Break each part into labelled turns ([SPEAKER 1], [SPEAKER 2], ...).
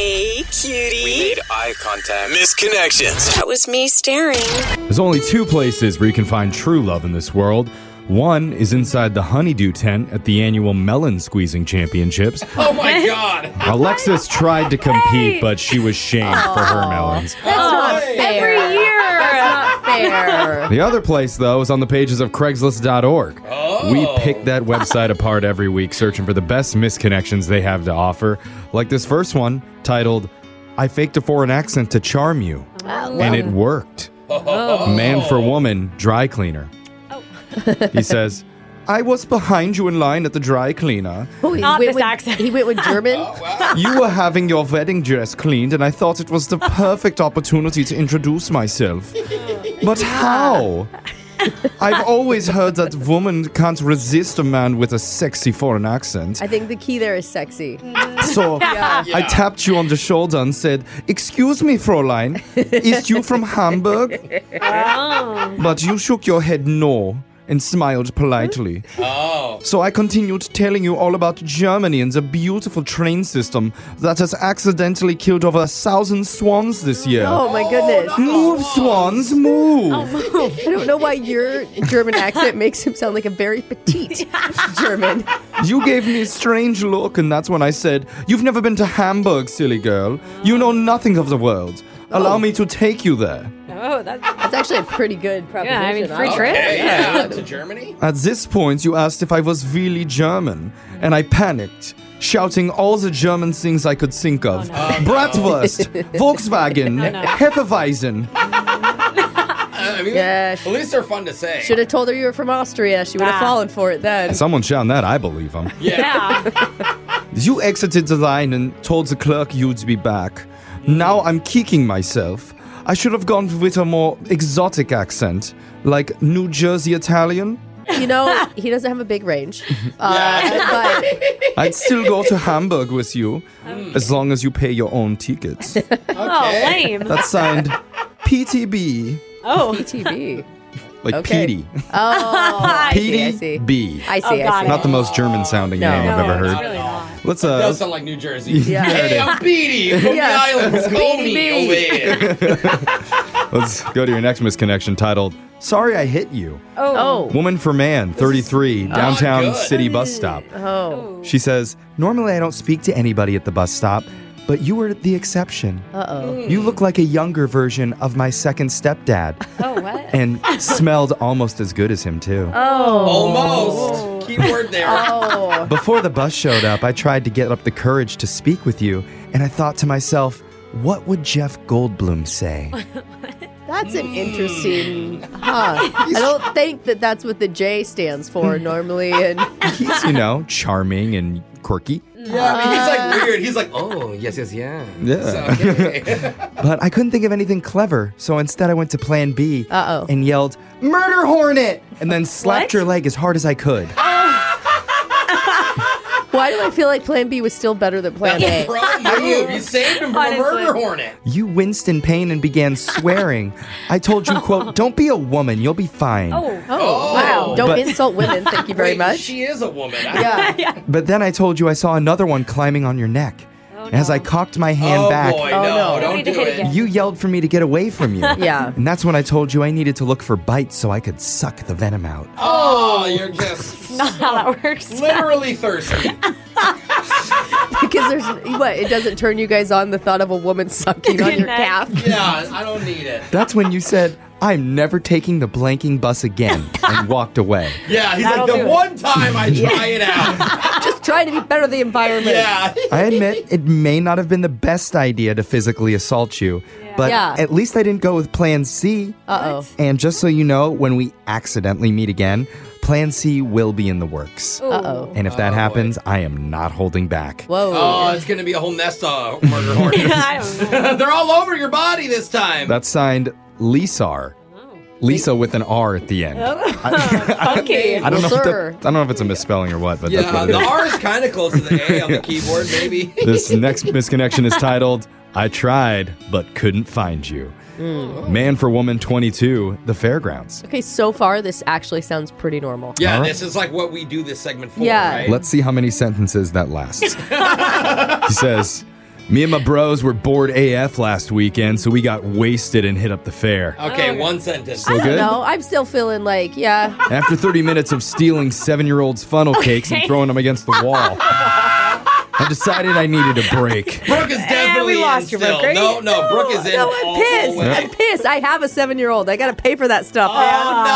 [SPEAKER 1] cutie.
[SPEAKER 2] We made eye contact. Misconnections.
[SPEAKER 1] that was me staring.
[SPEAKER 3] There's only two places where you can find true love in this world. One is inside the honeydew tent at the annual melon squeezing championships.
[SPEAKER 4] Oh my god.
[SPEAKER 3] Alexis tried to compete, but she was shamed for her melons.
[SPEAKER 5] That's not
[SPEAKER 4] Oh.
[SPEAKER 5] fair.
[SPEAKER 6] Every year.
[SPEAKER 5] That's not fair.
[SPEAKER 3] The other place, though, is on the pages of Craigslist.org. We
[SPEAKER 4] Oh.
[SPEAKER 3] pick that website apart every week, searching for the best misconnections they have to offer. Like this first one, titled, I Faked a Foreign Accent to Charm You.
[SPEAKER 5] Oh.
[SPEAKER 3] And it worked. Man for woman, dry cleaner. he says, I was behind you in line at the dry cleaner.
[SPEAKER 5] Oh, he
[SPEAKER 6] Not
[SPEAKER 5] went
[SPEAKER 6] this
[SPEAKER 5] with-
[SPEAKER 6] accent.
[SPEAKER 5] He went with German.
[SPEAKER 3] You were having your wedding dress cleaned, and I thought it was the perfect opportunity to introduce myself. But how? I've always heard that women can't resist a man with a sexy foreign accent.
[SPEAKER 5] I think the key there is sexy.
[SPEAKER 3] So I tapped you on the shoulder and said, Excuse me, Fräulein, is you from Hamburg? But you shook your head no and smiled politely.
[SPEAKER 4] Oh.
[SPEAKER 3] So I continued telling you all about Germany and the beautiful train system that has accidentally killed over a thousand swans this year.
[SPEAKER 5] Oh my goodness.
[SPEAKER 3] Move, swans, move!
[SPEAKER 5] I don't know why your German accent makes him sound like a very petite German.
[SPEAKER 3] You gave me a strange look, and that's when I said, You've never been to Hamburg, silly girl. You know nothing of the world. Allow me to take you there.
[SPEAKER 6] Oh, that's
[SPEAKER 5] That's actually a pretty good proposition.
[SPEAKER 6] yeah. I mean, free
[SPEAKER 5] huh?
[SPEAKER 6] trip.
[SPEAKER 4] Hey, yeah. To Germany?
[SPEAKER 3] At this point, you asked if I was really German, and I panicked, shouting all the German things I could think of Bratwurst, Volkswagen, Hefeweizen.
[SPEAKER 4] Uh, I mean,
[SPEAKER 5] Yeah,
[SPEAKER 4] at least they're fun to say.
[SPEAKER 5] Should have told her you were from Austria. She would have
[SPEAKER 6] Ah.
[SPEAKER 5] fallen for it then.
[SPEAKER 3] Someone shouting that, I believe him.
[SPEAKER 6] Yeah.
[SPEAKER 3] You exited the line and told the clerk you'd be back. Now I'm kicking myself. I should have gone with a more exotic accent, like New Jersey Italian.
[SPEAKER 5] You know, he doesn't have a big range. Uh, but
[SPEAKER 3] I'd still go to Hamburg with you, as long as you pay your own tickets.
[SPEAKER 6] Oh, lame.
[SPEAKER 3] That's signed PTB,
[SPEAKER 6] Oh.
[SPEAKER 5] TV.
[SPEAKER 3] like
[SPEAKER 5] Okay.
[SPEAKER 3] Petey.
[SPEAKER 5] Oh, I see. I see.
[SPEAKER 3] PTB.
[SPEAKER 5] I see.
[SPEAKER 6] Oh, got
[SPEAKER 5] I see.
[SPEAKER 6] it.
[SPEAKER 3] Not the most German sounding
[SPEAKER 5] No.
[SPEAKER 3] name I've
[SPEAKER 6] No,
[SPEAKER 3] ever
[SPEAKER 6] it's
[SPEAKER 3] heard.
[SPEAKER 6] really not.
[SPEAKER 3] Let's
[SPEAKER 4] Does
[SPEAKER 3] uh
[SPEAKER 4] sound like New Jersey.
[SPEAKER 5] Yeah.
[SPEAKER 4] Hey, I'm Beatty from
[SPEAKER 5] Yeah.
[SPEAKER 4] the islands. Call
[SPEAKER 5] Beatty
[SPEAKER 4] me
[SPEAKER 5] B.
[SPEAKER 4] over here.
[SPEAKER 3] let's go to your next misconnection titled Sorry I Hit You.
[SPEAKER 6] Oh.
[SPEAKER 5] Oh.
[SPEAKER 3] Woman for Man, 33, downtown
[SPEAKER 4] good.
[SPEAKER 3] city bus stop.
[SPEAKER 5] Oh.
[SPEAKER 3] She says, Normally I don't speak to anybody at the bus stop, but you were the exception.
[SPEAKER 5] Uh oh.
[SPEAKER 3] You look like a younger version of my second stepdad
[SPEAKER 6] Oh, what? Oh.
[SPEAKER 3] and smelled almost as good as him, too.
[SPEAKER 4] Almost. Key word there.
[SPEAKER 5] Oh.
[SPEAKER 3] Before the bus showed up, I tried to get up the courage to speak with you, and I thought to myself, what would Jeff Goldblum say?
[SPEAKER 5] That's
[SPEAKER 6] Mm.
[SPEAKER 5] an interesting. Huh. I don't think that that's what the J stands for normally. And
[SPEAKER 3] He's, you know, charming and quirky.
[SPEAKER 4] Yeah, I mean, he's like weird. He's like, oh, yes, yes, yeah.
[SPEAKER 3] Yeah.
[SPEAKER 4] Okay.
[SPEAKER 3] But I couldn't think of anything clever, so instead I went to plan B
[SPEAKER 5] Uh-oh.
[SPEAKER 3] and yelled, Murder Hornet! And then slapped
[SPEAKER 6] What?
[SPEAKER 3] your leg as hard as I could.
[SPEAKER 5] why do I feel like Plan B was still better than Plan A?
[SPEAKER 4] Pro move. You saved him from a murder
[SPEAKER 6] Honestly.
[SPEAKER 4] hornet.
[SPEAKER 3] You winced in pain and began swearing. I told you, quote, don't be a woman, you'll be fine.
[SPEAKER 6] Oh.
[SPEAKER 4] Oh,
[SPEAKER 5] Wow. Don't
[SPEAKER 3] But-
[SPEAKER 5] insult women. Thank you very
[SPEAKER 4] Wait,
[SPEAKER 5] much.
[SPEAKER 4] She is a woman.
[SPEAKER 5] yeah.
[SPEAKER 3] But then I told you I saw another one climbing on your neck.
[SPEAKER 6] Oh,
[SPEAKER 3] And As I cocked my hand
[SPEAKER 4] Oh
[SPEAKER 3] back,
[SPEAKER 4] boy,
[SPEAKER 5] Oh,
[SPEAKER 4] no,
[SPEAKER 5] no.
[SPEAKER 4] don't
[SPEAKER 6] We need to
[SPEAKER 4] do
[SPEAKER 6] hit
[SPEAKER 4] it.
[SPEAKER 6] again.
[SPEAKER 3] you yelled for me to get away from you.
[SPEAKER 5] Yeah.
[SPEAKER 3] And that's when I told you I needed to look for bites so I could suck the venom out.
[SPEAKER 4] Oh, you're just
[SPEAKER 6] Not how that works.
[SPEAKER 4] literally thirsty.
[SPEAKER 5] Because there's what it doesn't turn you guys on the thought of a woman sucking on your
[SPEAKER 6] Neck.
[SPEAKER 5] calf.
[SPEAKER 4] Yeah, I don't need it.
[SPEAKER 3] That's when you said, I'm never taking the blanking bus again, and walked away.
[SPEAKER 4] Yeah, he's
[SPEAKER 6] That'll
[SPEAKER 4] like the
[SPEAKER 6] do it.
[SPEAKER 4] one time I try it out.
[SPEAKER 5] Just trying to be better than the environment.
[SPEAKER 4] Yeah.
[SPEAKER 3] I admit it may not have been the best idea to physically assault you, but
[SPEAKER 5] Yeah.
[SPEAKER 3] at least I didn't go with plan C.
[SPEAKER 5] Uh oh.
[SPEAKER 3] And just so you know, when we accidentally meet again, plan C will be in the works.
[SPEAKER 6] Uh
[SPEAKER 5] oh.
[SPEAKER 3] And if that
[SPEAKER 4] Oh, boy.
[SPEAKER 3] happens, I am not holding back.
[SPEAKER 5] Whoa.
[SPEAKER 4] Oh, it's gonna be a whole nest of murder hornets.
[SPEAKER 6] I don't know.
[SPEAKER 4] They're all over your body this time.
[SPEAKER 3] That's signed Lisar.
[SPEAKER 5] Oh.
[SPEAKER 3] Lisa with an R at the end.
[SPEAKER 6] Funky.
[SPEAKER 3] I don't know. If
[SPEAKER 5] Lisar.
[SPEAKER 3] that, I don't know if it's a misspelling or what, but
[SPEAKER 4] yeah,
[SPEAKER 3] that's what
[SPEAKER 4] the
[SPEAKER 3] it is.
[SPEAKER 4] R is kind of close to the A on the keyboard, maybe.
[SPEAKER 3] this next misconnection is titled "I Tried but Couldn't Find You." Man for Woman 22, the fairgrounds.
[SPEAKER 5] Okay, so far this actually sounds pretty normal.
[SPEAKER 4] Yeah,
[SPEAKER 3] All right.
[SPEAKER 4] this is like what we do this segment for,
[SPEAKER 5] Yeah.
[SPEAKER 4] right?
[SPEAKER 3] Let's see how many sentences that lasts. he says, Me and my bros were bored AF last weekend, so we got wasted and hit up the fair.
[SPEAKER 4] Okay, one sentence.
[SPEAKER 5] I
[SPEAKER 3] So
[SPEAKER 5] don't
[SPEAKER 3] good?
[SPEAKER 5] know. I'm still feeling like, yeah.
[SPEAKER 3] After 30 minutes of stealing seven year olds' funnel cakes and throwing them against the wall, I decided I needed a break.
[SPEAKER 4] Brooke is definitely
[SPEAKER 6] we lost
[SPEAKER 4] in
[SPEAKER 6] you, Brooke,
[SPEAKER 4] still.
[SPEAKER 6] right?
[SPEAKER 4] No, no, Brooke is in.
[SPEAKER 5] No,
[SPEAKER 4] all
[SPEAKER 5] I'm
[SPEAKER 4] the
[SPEAKER 5] pissed.
[SPEAKER 4] way.
[SPEAKER 5] Oh, I'm pissed. I have a seven year old. I got to pay for that stuff.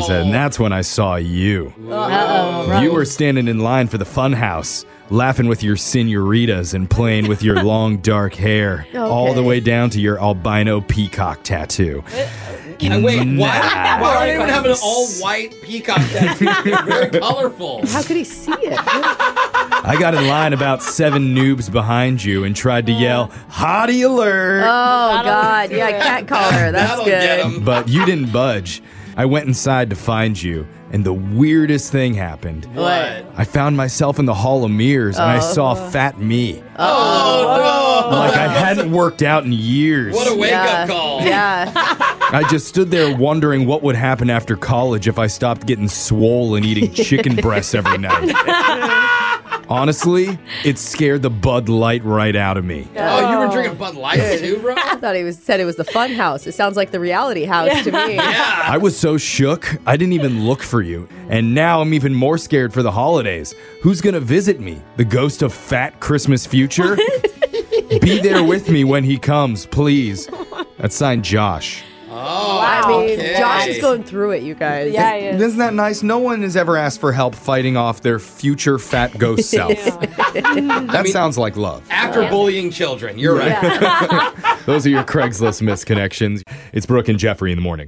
[SPEAKER 4] Oh no!
[SPEAKER 3] And that's when I saw you.
[SPEAKER 6] Uh-oh.
[SPEAKER 3] You were standing in line for the fun house, laughing with your senoritas and playing with your long dark hair, all the
[SPEAKER 5] Okay.
[SPEAKER 3] way down to your albino peacock tattoo.
[SPEAKER 4] And wait,
[SPEAKER 3] Nah.
[SPEAKER 4] why? Why would anyone have an all-white peacock tattoo? They're very colorful.
[SPEAKER 5] How could he see it?
[SPEAKER 3] I got in line about seven noobs behind you and tried to yell, Hottie alert!
[SPEAKER 5] Oh, God. Yeah, cat collar. That's
[SPEAKER 4] That'll get
[SPEAKER 5] good.
[SPEAKER 4] 'em.
[SPEAKER 3] but you didn't budge. I went inside to find you, and the weirdest thing happened.
[SPEAKER 5] What?
[SPEAKER 3] I found myself in the Hall of Mirrors and I saw fat me.
[SPEAKER 4] Uh. Oh no!
[SPEAKER 3] Like I hadn't worked out in years.
[SPEAKER 4] What a
[SPEAKER 5] yeah.
[SPEAKER 4] wake-up call.
[SPEAKER 5] Yeah.
[SPEAKER 3] I just stood there wondering what would happen after college if I stopped getting swole and eating chicken breasts every night. Honestly, it scared the Bud Light right out of me.
[SPEAKER 4] Oh, you were drinking Bud Light too, bro?
[SPEAKER 5] I thought he was said it was the fun house. It sounds like the reality house to me.
[SPEAKER 4] Yeah.
[SPEAKER 3] I was so shook, I didn't even look for you. And now I'm even more scared for the holidays. Who's gonna visit me? The ghost of fat Christmas future? Be there with me when he comes, please. That's signed Josh.
[SPEAKER 4] Oh,
[SPEAKER 5] I mean,
[SPEAKER 4] okay.
[SPEAKER 5] Josh is going through it, you guys.
[SPEAKER 6] Yeah, yeah.
[SPEAKER 3] Isn't that nice? No one has ever asked for help fighting off their future fat ghost self. That sounds like love.
[SPEAKER 4] After bullying children, you're right.
[SPEAKER 3] Those are your Craigslist misconnections. It's Brooke and Jeffrey in the morning.